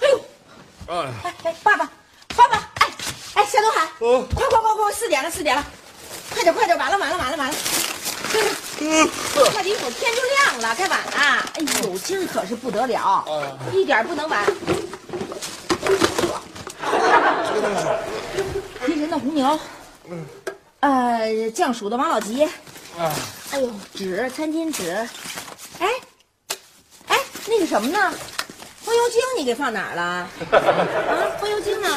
哎，哎哎，爸爸，爸爸，哎哎，夏东海，哦快快快快，四点了，四点了，快点快点，完了完了完了完了，快点，一会儿天就亮了，该晚了。哎呦，今儿可是不得了，一点儿不能晚。一人的红牛，呃，酱薯的王老吉，哎呦，纸，餐巾纸，哎，哎，那个什么呢？风油精你给放哪儿了？啊，风油精呢？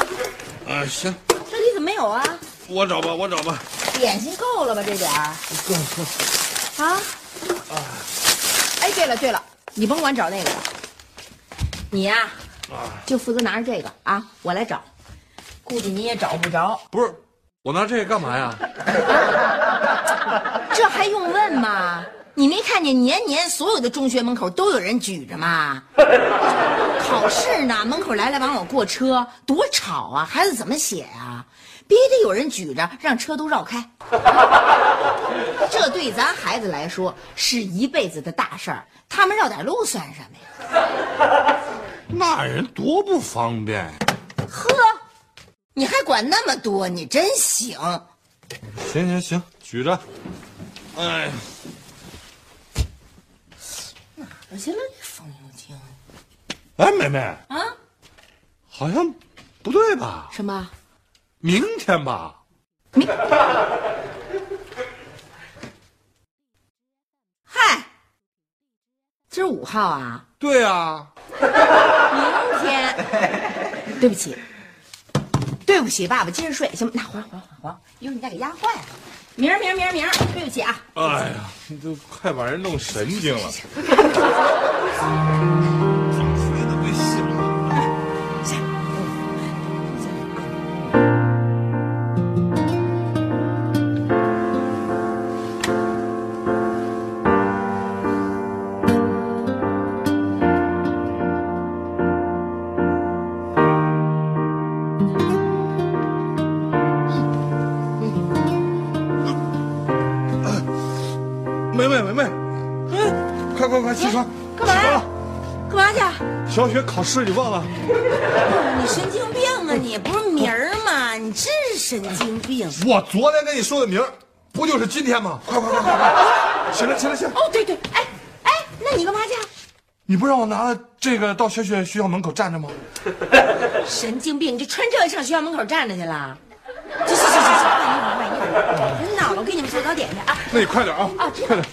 啊，行，这里怎么没有啊？我找吧，我找吧。点心够了吧？这点儿够啊！哎，对了对了，你甭管找那个了，你呀、就负责拿着这个啊，我来找，估计你也找不着，不是，我拿这个干嘛呀？这还用问吗？你没看见年年所有的中学门口都有人举着 吗？考试呢，门口来来往往过车，多吵啊！孩子怎么写啊？必须得有人举着，让车都绕 开。这对咱孩子来说是一辈子的大事儿，他们绕点路算什么呀？ 那人多不方便。呵，你还管那么多，你真行！行行行，举着。哎，我去了，风油精哎，梅梅，啊？好像不对吧？什么？明天吧？嗨，今儿五号啊？对啊，明天。对不起，对不起，爸爸，接着睡行吗？那黄黄黄黄，哟，你再给压坏了。明儿明儿明儿明儿，对不起啊。哎呀，你都快把人弄神经了。梅梅梅梅，嗯，快快快起床，干嘛起床呀了？干嘛去啊？小雪考试你忘了？你神经病啊你！不是明儿吗？你真是神经病。我昨天跟你说的名儿，不就是今天吗？快快快快快！行了行了行了，哦，对对，哎哎，那你干嘛去啊？你不让我拿了这个到小雪学校门口站着吗？神经病！你就穿这个上学校门口站着去了？行行行行行，换衣服换衣服，别闹了，我给你们做早点去啊。那你快点啊，啊知道快点！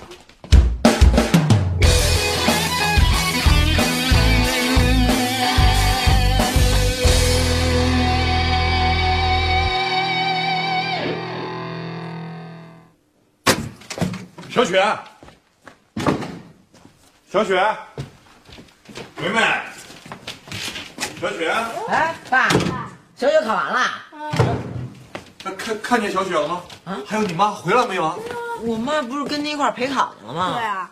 小雪，小雪，梅梅，小雪，哎，爸，小雪考完了？看看看见小雪了吗？啊，还有你妈回来没有啊？我妈不是跟你一块儿陪考去了吗？啊。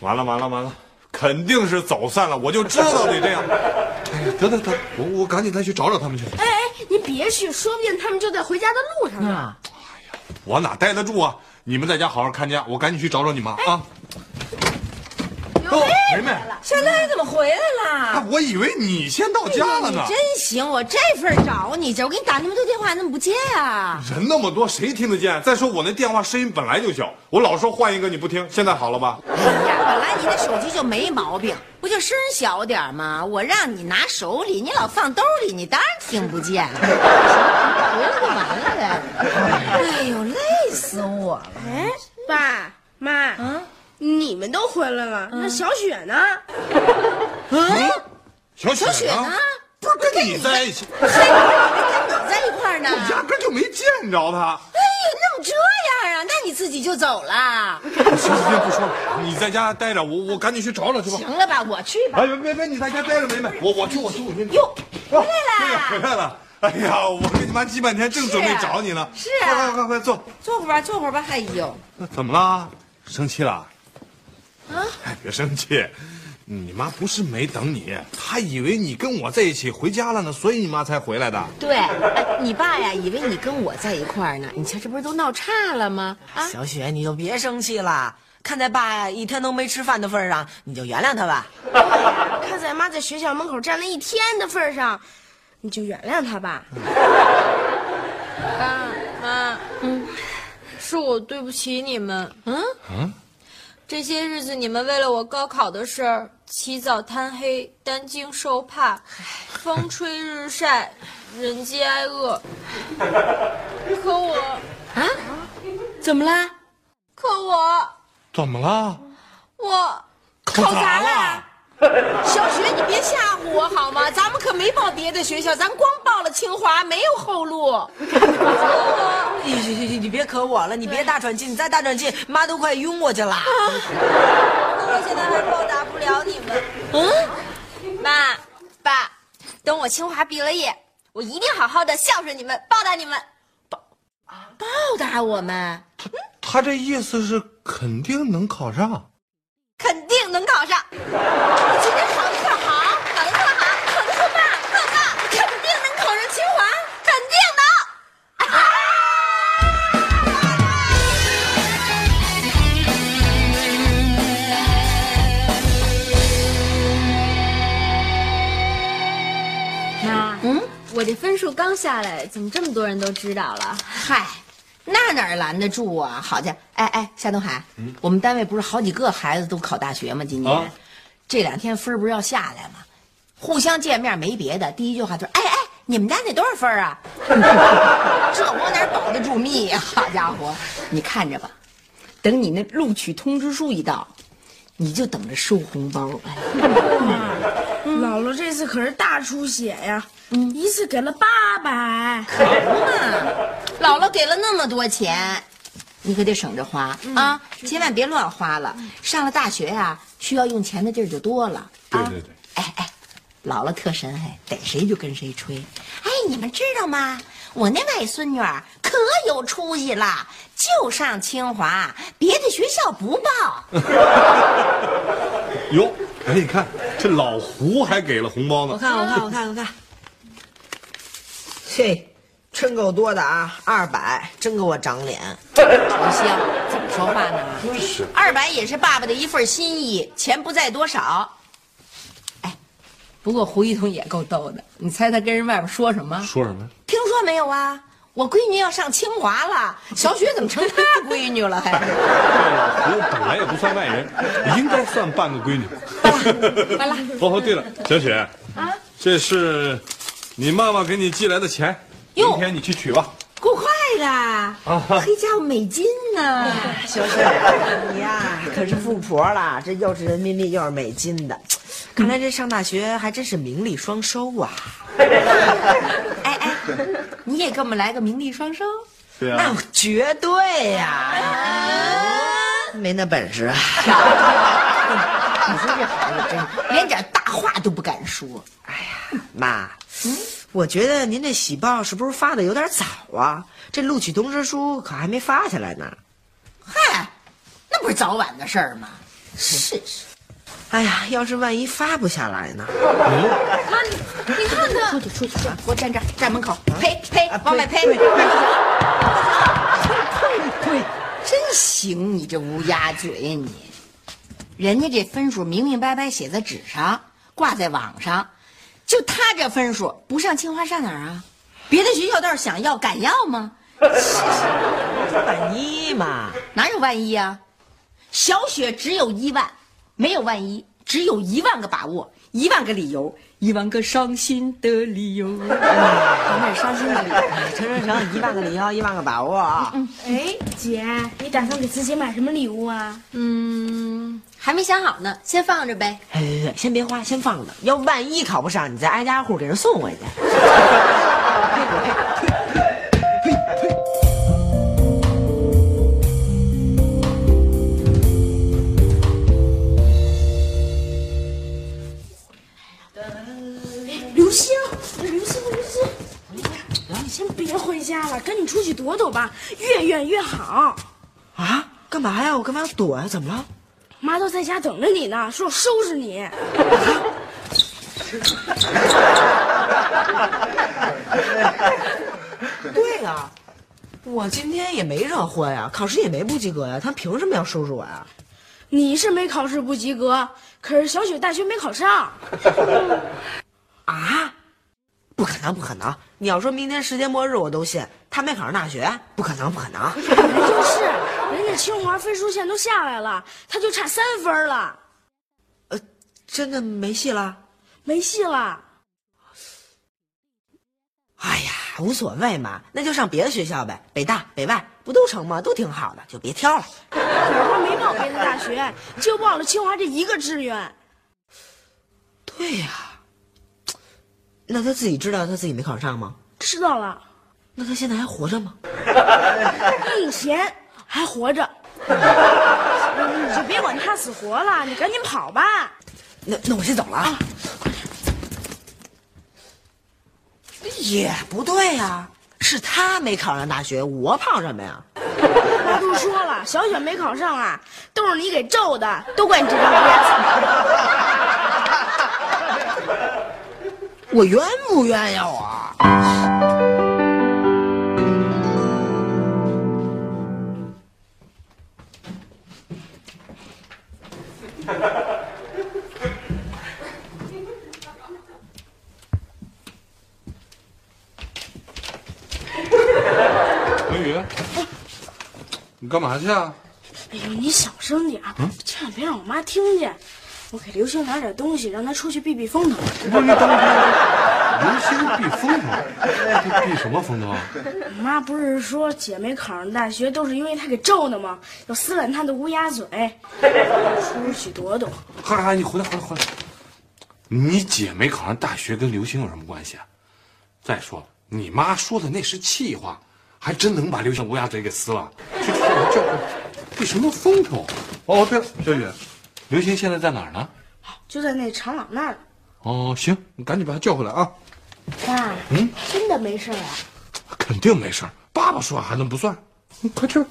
完了完了完了，肯定是走散了，我就知道得这样。哎呀，得得得，我我赶紧再去找找他们去。哎哎，您别去，说不定他们就在回家的路上呢。啊，我哪待得住啊？你们在家好好看家，我赶紧去找找你妈啊。哎哦，梅梅，小乐，你怎么回来了？啊我以为你先到家了呢哎你。真行，我这份找你去，我给你打那么多电话，你怎么不接啊？人那么多，谁听得见？再说我那电话声音本来就小，我老说换一个你不听，现在好了吧？哎呀，本来你那手机就没毛病，不就声小点儿吗？我让你拿手里，你老放兜里，你当然听不见了。 回来不完了呗？哎呦，累死我了！哎，爸妈，你们都回来了，那小雪呢？小小雪雪呢？不是跟你在一起，跟你在一块儿呢？哎压根就没见着她。呦，你怎么这样啊？那你自己就走了？行行行，不说了，你在家待着，我我赶紧去找找去吧。行了吧，我去吧。哎，别别别，你在家待着，梅梅，我我去我去我去。哟，回来啦！回来了，哎呀，我跟你妈急半天，正准备找你呢。是啊快快快快坐，坐会儿吧，坐会儿吧。哎呦，那怎么啦？生气了？啊？哎，别生气，你妈不是没等你，她以为你跟我在一起回家了呢，所以你妈才回来的。对，哎你爸呀，以为你跟我在一块儿呢，你瞧这不是都闹岔了吗？啊，小雪，你就别生气了。看在爸呀一天都没吃饭的份儿上，你就原谅他吧。看在妈在学校门口站了一天的份儿上，你就原谅她吧。爸妈，嗯，是我对不起你们。嗯啊这些日子你们为了我高考的事儿起早贪黑、担惊受怕，风吹日晒，人饥挨饿。可我，啊怎么啦？可我，怎么了？我考砸了？小雪，你别吓唬我好吗？咱们可没报别的学校，咱光报了清华，没有后路。你你你你别可我了，你别大喘气，你再大喘气，妈都快晕过去了。那我现在还报答不了你们。嗯，妈，爸，等我清华毕了业，我一定好好的孝顺你们，报答你们。报答我们？她这意思是肯定能考上。肯定能考上。你今天考得特好，考得特好，考得特棒，特棒，肯定能考上清华，肯定能。妈，嗯，我这分数刚下来，怎么这么多人都知道了？嗨，那哪儿拦得住啊？好家伙，哎哎，夏东海，我们单位不是好几个孩子都考大学吗？今年、啊这两天分儿不是要下来吗？互相见面没别的，第一句话就是哎哎，你们家那多少分儿啊？这我哪儿保得住密呀、好家伙，你看着吧，等你那录取通知书一到，你就等着收红包。哎姥姥这次可是大出血呀，一次给了八百。姥姥给了那么多钱，你可得省着花、啊，千万别乱花了。上了大学呀、需要用钱的地儿就多了。对对对，哎哎，姥姥特神哎，逮谁就跟谁吹。哎，你们知道吗？我那外孙女儿可有出息了，就上清华，别的学校不报。哟，哎，你看这老胡还给了红包呢。我看，我看，我看，我看。嘿，真够多的啊！二百，真给我长脸。不行，怎么说话呢？二百也是爸爸的一份心意，钱不在多少。哎，不过胡一彤也够逗的，你猜他跟人外边说什么？说什么？听说没有啊？我闺女要上清华了，小雪怎么成他闺女了？还哎我本来也不算外人，应该算半个闺女。完了，哦，对了，小雪，啊，这是你妈妈给你寄来的钱，明哟天你去取吧。够快的，啊黑家伙美金呢、小雪，你呀、可是富婆了，这又是人民币又是美金的，看来这上大学还真是名利双收啊。哎哎，你也给我们来个名利双收。对啊那啊我绝对呀、没那本事啊。嗯 你说这孩子真是连点大话都不敢说。妈，我觉得您这喜报是不是发的有点早啊？这录取通知书可还没发下来呢。嗨，那不是早晚的事儿吗？是是。哎呀，要是万一发不下来呢？你看看，出去出去，给我站这儿，站门口，呸呸，往外呸！真行，你这乌鸦嘴你！人家这分数明明白白写在纸上，挂在网上，就他这分数，不上清华上哪儿啊？别的学校倒是想要，敢要吗？万一嘛，哪有万一啊？小雪只有一万，没有万一，只有一万个把握，一万个理由，一万个伤心的理由。咱们伤心的理由。成成成，一万个理由，一万个把握啊！哎，姐，你打算给自己买什么礼物啊？嗯，还没想好呢，先放着呗。哎，先别花，先放着。要万一考不上，你再挨家户给人送回去。哎，跟你出去躲躲吧，越远越好。啊，干嘛呀？我干嘛要躲呀？怎么了？妈都在家等着你呢，说我收拾你。对呀、我今天也没惹祸呀，考试也没不及格呀，他们凭什么要收拾我呀？你是没考试不及格，可是小雪大学没考上。啊，不可能，不可能！你要说明天世界末日，我都信。他没考上大学，不可能，不可能！哎就是，人家清华分数线都下来了，他就差三分了， 真的没戏了。没戏了。哎呀，无所谓嘛，那就上别的学校呗，北大、北外不都成吗？都挺好的，就别挑了。可是他没报别的大学，就报了清华这一个志愿。对呀、那他自己知道他自己没考上吗？知道了，那他现在还活着吗？目前还活着。你就别管他死活了，你赶紧跑吧。那那我先走了啊。也不对哎呀、是他没考上大学，我胖什么呀？妈都说了，小雪没考上啊，都是你给咒的，都怪你这张脸。我冤不冤呀？我。文宇，啊你干嘛去啊？哎呦，你小声点儿，千万别让我妈听见。我给刘星拿点东西，让他出去避避风头。不是，你等会儿，流星避风头，避什么风头啊？我妈不是说姐没考上大学都是因为她给咒的吗？要撕烂她的乌鸦嘴，出去躲躲。嗨嗨，你回来回来回来！你姐没考上大学跟流星有什么关系啊？再说你妈说的那是气话，还真能把流星乌鸦嘴给撕了。这这这避什么风头？哦，对了，小雨，流星现在在哪儿呢？就在那长廊那儿。哦，行，你赶紧把他叫回来啊！爸，嗯，真的没事儿啊？肯定没事儿爸爸说还能不算？你快去！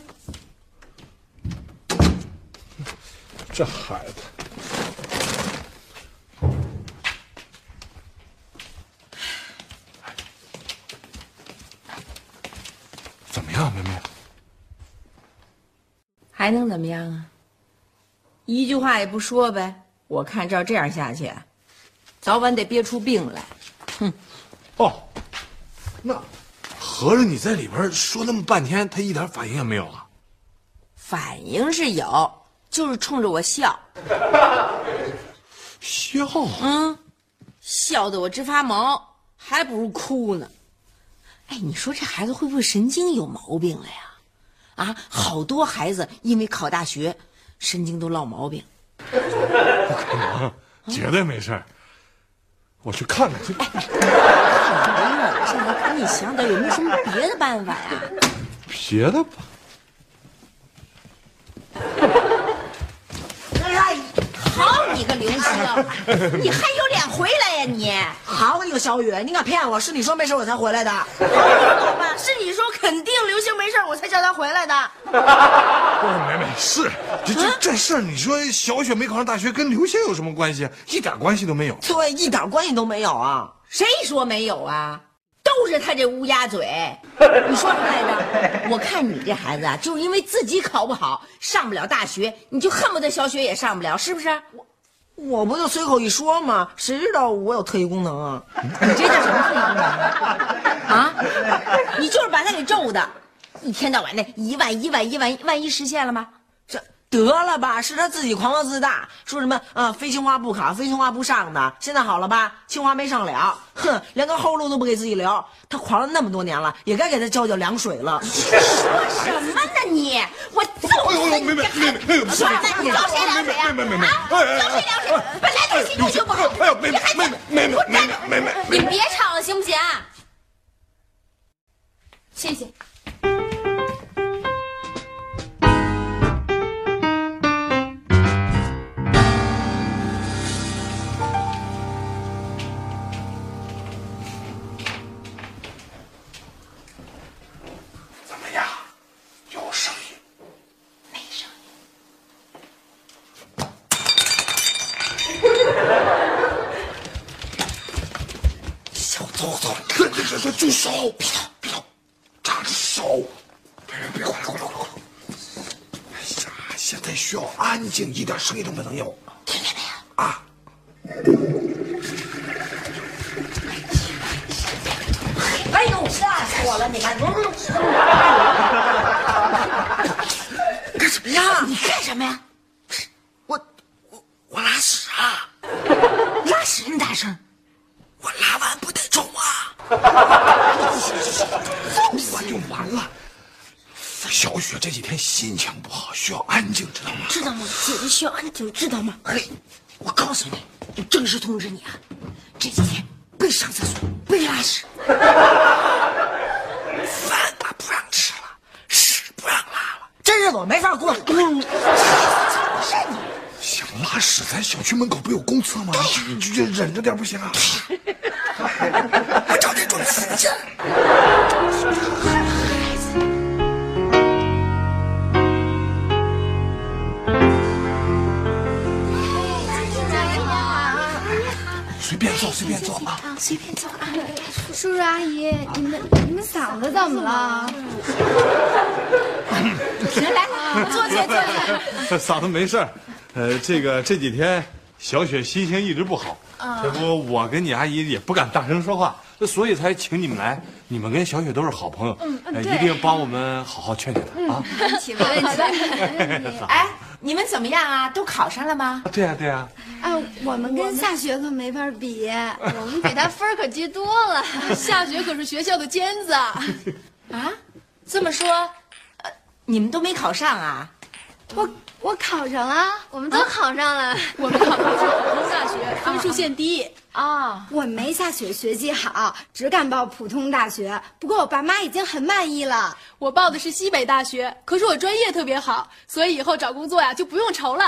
这孩子。怎么样，妹妹？还能怎么样啊？一句话也不说呗。我看照这样下去，早晚得憋出病来。哦，那合着你在里边说那么半天，他一点反应也没有啊？反应是有，就是冲着我笑，笑，笑得我直发毛，还不如哭呢。哎，你说这孩子会不会神经有毛病了呀？啊，好多孩子因为考大学，神经都落毛病。啊绝对没事儿我去看看去。现在赶紧想点有没有什么别的办法呀？别的吧。哎，好你个刘星，你还有脸回来呀你？好你个小雨，你敢骗我？是你说没事我才回来的。好吧，是你说肯定刘星没事儿，我才叫他回来的。不是梅梅，是这这这事儿，你说小雪没考上大学跟刘星有什么关系？一点关系都没有。对，一点关系都没有啊。谁说没有啊？都是他这乌鸦 嘴，你说什么来着？我看你这孩子啊，就是因为自己考不好，上不了大学，你就恨不得小雪也上不了，是不是？我不就随口一说吗？谁知道我有特异功能啊？你这叫什么特异功能啊？你就是把他给咒的，一天到晚那一万一万一万，万一实现了吗？这得了吧，是他自己狂妄自大，说什么呃非清华不考，非清华不上的。现在好了吧，清华没上了，哼，连个后路都不给自己留。他狂了那么多年了，也该给他浇浇凉水了。什么呢你？我揍哎呦死哎呦，你梅梅这梅孩梅子！，哎什么呢？呦，你找谁凉水啊？梅梅梅梅，啊，找谁凉水？本来他心情就不好，哎呦，梅梅梅梅梅梅梅梅你别吵了，行不行啊？谢谢。走走，这这这这住手！别动，别动，扎着手！别别别，过来过来过来过来！哎呀，现在需要安静一点，声音都不能有。哎呦，吓死我了！你看，干什么呀？你干什么呀？我我我拉屎啊！拉屎那么大声，我拉完不得冲啊！完就完了。小雪这几天心情不好，需要安静，知道吗？哎知道吗？姐姐需要安静，知道吗？嘿，我告诉你，我正式通知你啊，这几天别上厕所，别拉屎，饭吧不让吃了，屎不让拉了。嗯真是我没法过。想拉屎，咱小区门口不有公厕吗？你就就忍着点不行啊？我找那种死劲儿。随便哎坐，随便坐啊！叔叔阿姨，你们你们嗓子怎么了？嗓子没事儿，呃，这个这几天小雪心情一直不好，嗯这不我跟你阿姨也不敢大声说话，所以才请你们来。你们跟小雪都是好朋友，嗯呃一定帮我们好好劝劝她啊！哎，你们怎么样啊？都考上了吗？ 对啊呀对呀，哎，我们跟夏雪可没法比，我们给她分儿可低多 了。夏雪可是学校的尖子。啊，这么说，呃，你们都没考上啊？我我考上了，我们都考上了。我们考不上哦大学，分数线低。啊、我没夏雪学习好，只敢报普通大学。不过我爸妈已经很满意了。我报的是西北大学，可是我专业特别好，所以以后找工作呀就不用愁了。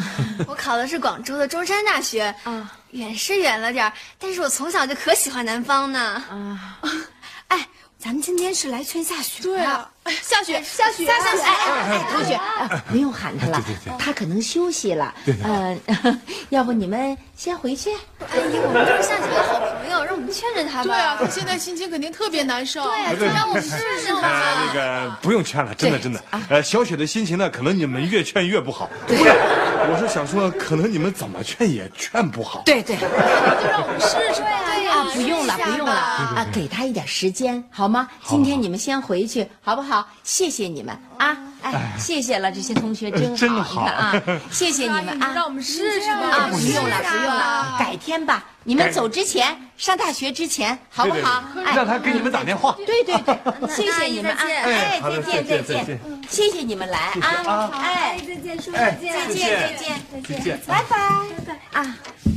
我考的是广州的中山大学，嗯，远是远了点儿，但是我从小就可喜欢南方呢。啊， 哎，咱们今天是来劝夏雪的。对啊，哎下雪下雪夏夏雪，哎哎哎，同学，哎不用喊他了，他可能休息了。嗯、 要不你们先回去。阿姨，我们都是夏雪的好朋友，让我们劝劝她吧。对啊，可现在心情肯定特别难受。对啊，就让我们试试呃，那吧。个不用劝了，真的真的。啊呃，小雪的心情呢，可能你们越劝越不好。不是，我是想说，可能你们怎么劝也劝不好。对对，试啊试呀，啊对呀，啊不用了，试试不下用了吧。啊，给他一点时间好吗？今天你们先回去好不好？谢谢你们啊，哎，谢谢了，这些同学真好，真好你看啊，谢谢阿你姨，们你啊。让我们试试吧。啊，不用了，不用了，改天吧。你们改走之前，上大学之前，好对不对好？对哎，让她给你们打电话。对对对，谢谢你们啊！那哎，好的再见再见再再见见，谢谢你们来啊！哎，再见，叔叔再见，再见哎再见。再见。拜拜。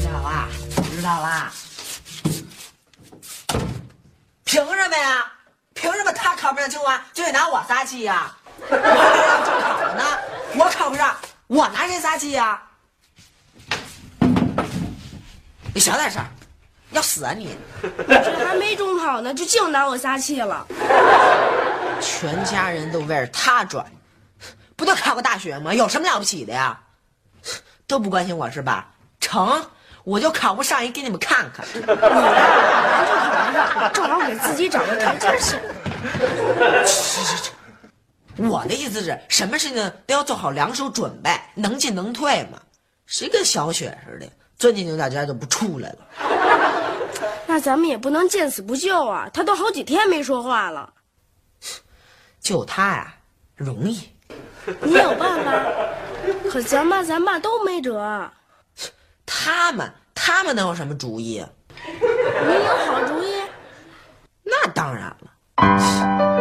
知道啦，知道啦。凭什么呀？凭什么他考不上清华就得拿我撒气呀？ 我考上就考了呢，我考不上，我拿谁撒气呀？你小点声，要死啊你！这还没中考呢，就净拿我撒气了。全家人都围着他转，不就考个大学吗？有什么了不起的呀？都不关心我是吧？成，我就考不上一给你们看看。正好给自己找个台阶下。我的意思是，什么事情都要做好两手准备，能进能退嘛。谁跟小雪似的，钻进牛角尖就不出来了？那咱们也不能见死不救啊！他都好几天没说话了，就她呀，容易。你有办法？可咱爸咱爸都没辙。他们，他们能有什么主意啊？你有好主意？那当然了。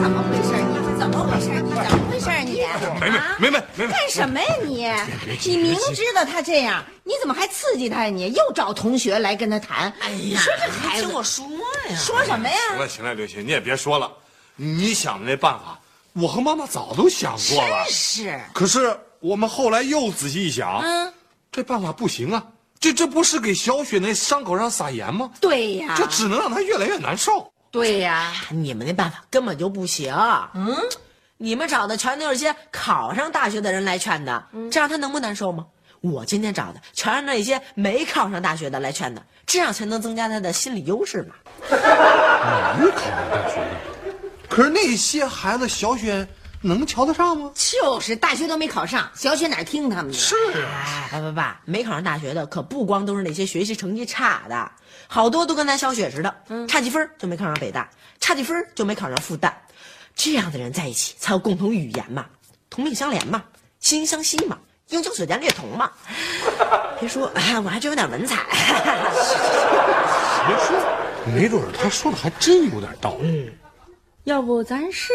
怎么回事？你怎么回事？你怎么回事？你梅梅梅梅梅梅，干什么呀你？你明知道他这样，你怎么还刺激他呀你？又找同学来跟他谈？哎呀，说这你孩子听我说呀，说什么呀？行了行了，刘星，你也别说了，你想的那办法，我和妈妈早都想过了。是可是我们后来又仔细一想，嗯，这办法不行啊，这这不是给小雪那伤口上撒盐吗？对呀，这只能让她越来越难受。对呀，你们那办法根本就不行。嗯，你们找的全都是些考上大学的人来劝的，这样他能不难受吗？我今天找的全是那些没考上大学的来劝的，这样才能增加他的心理优势嘛。没考上大学的，可是那些孩子小雪能瞧得上吗？就是大学都没考上，小雪哪听他们的？是啊哎，爸爸爸，没考上大学的可不光都是那些学习成绩差的，好多都跟咱小雪似的，差几分儿就没考上北大，差几分儿就没考上复旦，这样的人在一起才有共同语言嘛，同命相连嘛，心相惜嘛，英雄所见略同嘛。别说，哎，我还真有点文采。别说，没准儿他说的还真有点道理。要不咱试？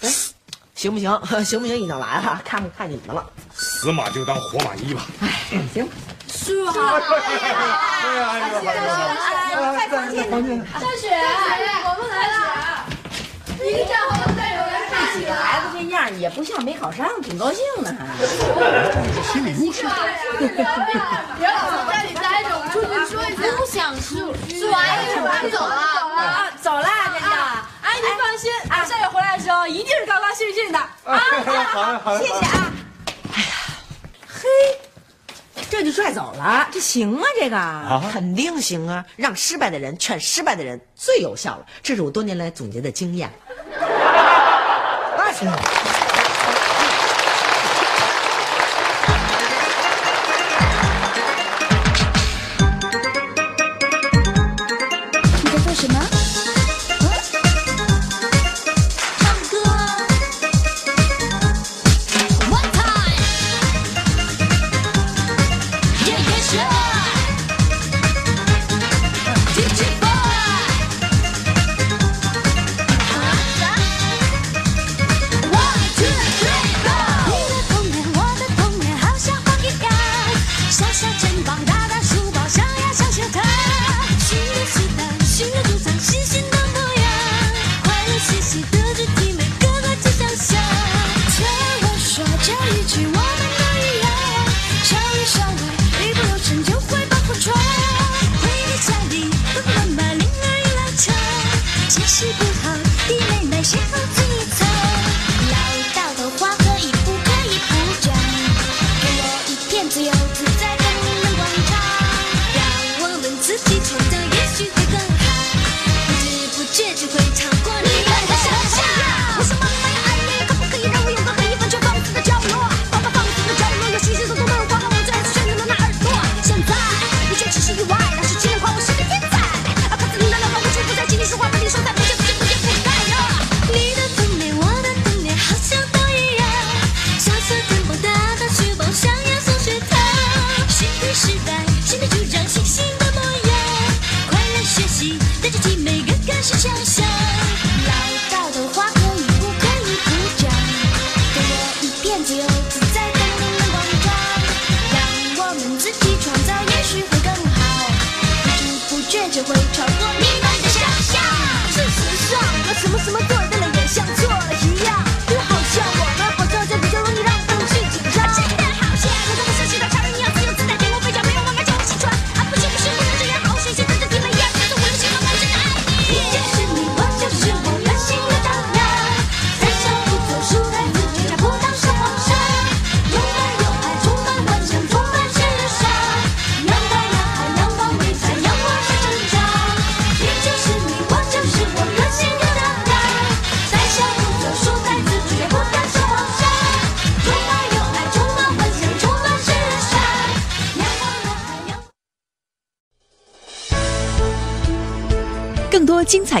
哎，行不行？ 行不行？已经来了，看不看你们了？死马就当活马医吧。哎 啊行。师傅好，哎对呀，哎呦哎呦在房间。小雪，啊哎我们来了，一个站好像有人看你了。孩子这样儿也不像没考上，挺高兴的还。别老在家里待着，我们出去说一下。不想吃，师傅阿姨我们走了。啊，走了，真的。阿姨您啊哎放心，下月回来的时候一定是高高兴兴的。哎啊，好嘞，好嘞，谢啊谢。这就拽走了，这行吗？这个肯定行啊！让失败的人劝失败的人最有效了，这是我多年来总结的经验。 那行，你在做什么？唱歌。One time。Yeah yeah sure。DJ boy。One two three go。你的童年，我的童年，好像花一样，小小肩膀，大大书包，上呀上学堂，寻着鸡蛋，寻着主张，新鲜的模样，快乐嘻嘻，德智体美，个个都想象。对我说这一句，我们都一样，少里少外，一不留神就会把火闯。回到家里，爸爸妈妈铃儿一拉长，解释不好，弟妹妹谁好最惨。老道的话可以不可以不讲？给我一片自由自在的人们广场，让我们自己创造，也许会更好。不知不觉就会超过你们的想象。我想妈妈呀，阿姨，可不可以让我有个可以完全放肆的角落？爸爸放肆的角落有星星从东北刮到我最爱的旋律的那耳朵。现在一切只是意外，老师机灵话我是个天才。啊，克斯你的浪漫无处不在，请你说话把你说在不见不见不见不该呀。你的童年，我的童年，好像都一样。小小肩膀，大大书包，上呀上学堂。新的时代，新的主张，新新的模样。快乐学习，带着体美，个个是强项。老道的话可以不可以不讲？给我一片自由自在的能广场，让我们自己创造，也许会更好。不知不觉就会超过你们的想象。事实上，我什么什么做对了，也像错了一样。就好像我们好像在比较容易让我们去紧张。真的好像和他们相似的超人一样自由自在，天空飞翔，没有妈妈叫我起床。啊，不行不行，不能这样，好水性，真的你们一样，觉得我的心中满真的爱你。你就是你，我就是我，任性的张扬，三小不做书呆子，倔强不当是皇上。有爱有爱，充满幻想，充满智商。阳光男孩，阳光女孩，阳光是成长。你就是你，我就是我，任性的张扬，三小不做书呆子，倔强不当是皇上。有爱有爱，充满幻想，充满智商。阳光男孩，阳。更多精彩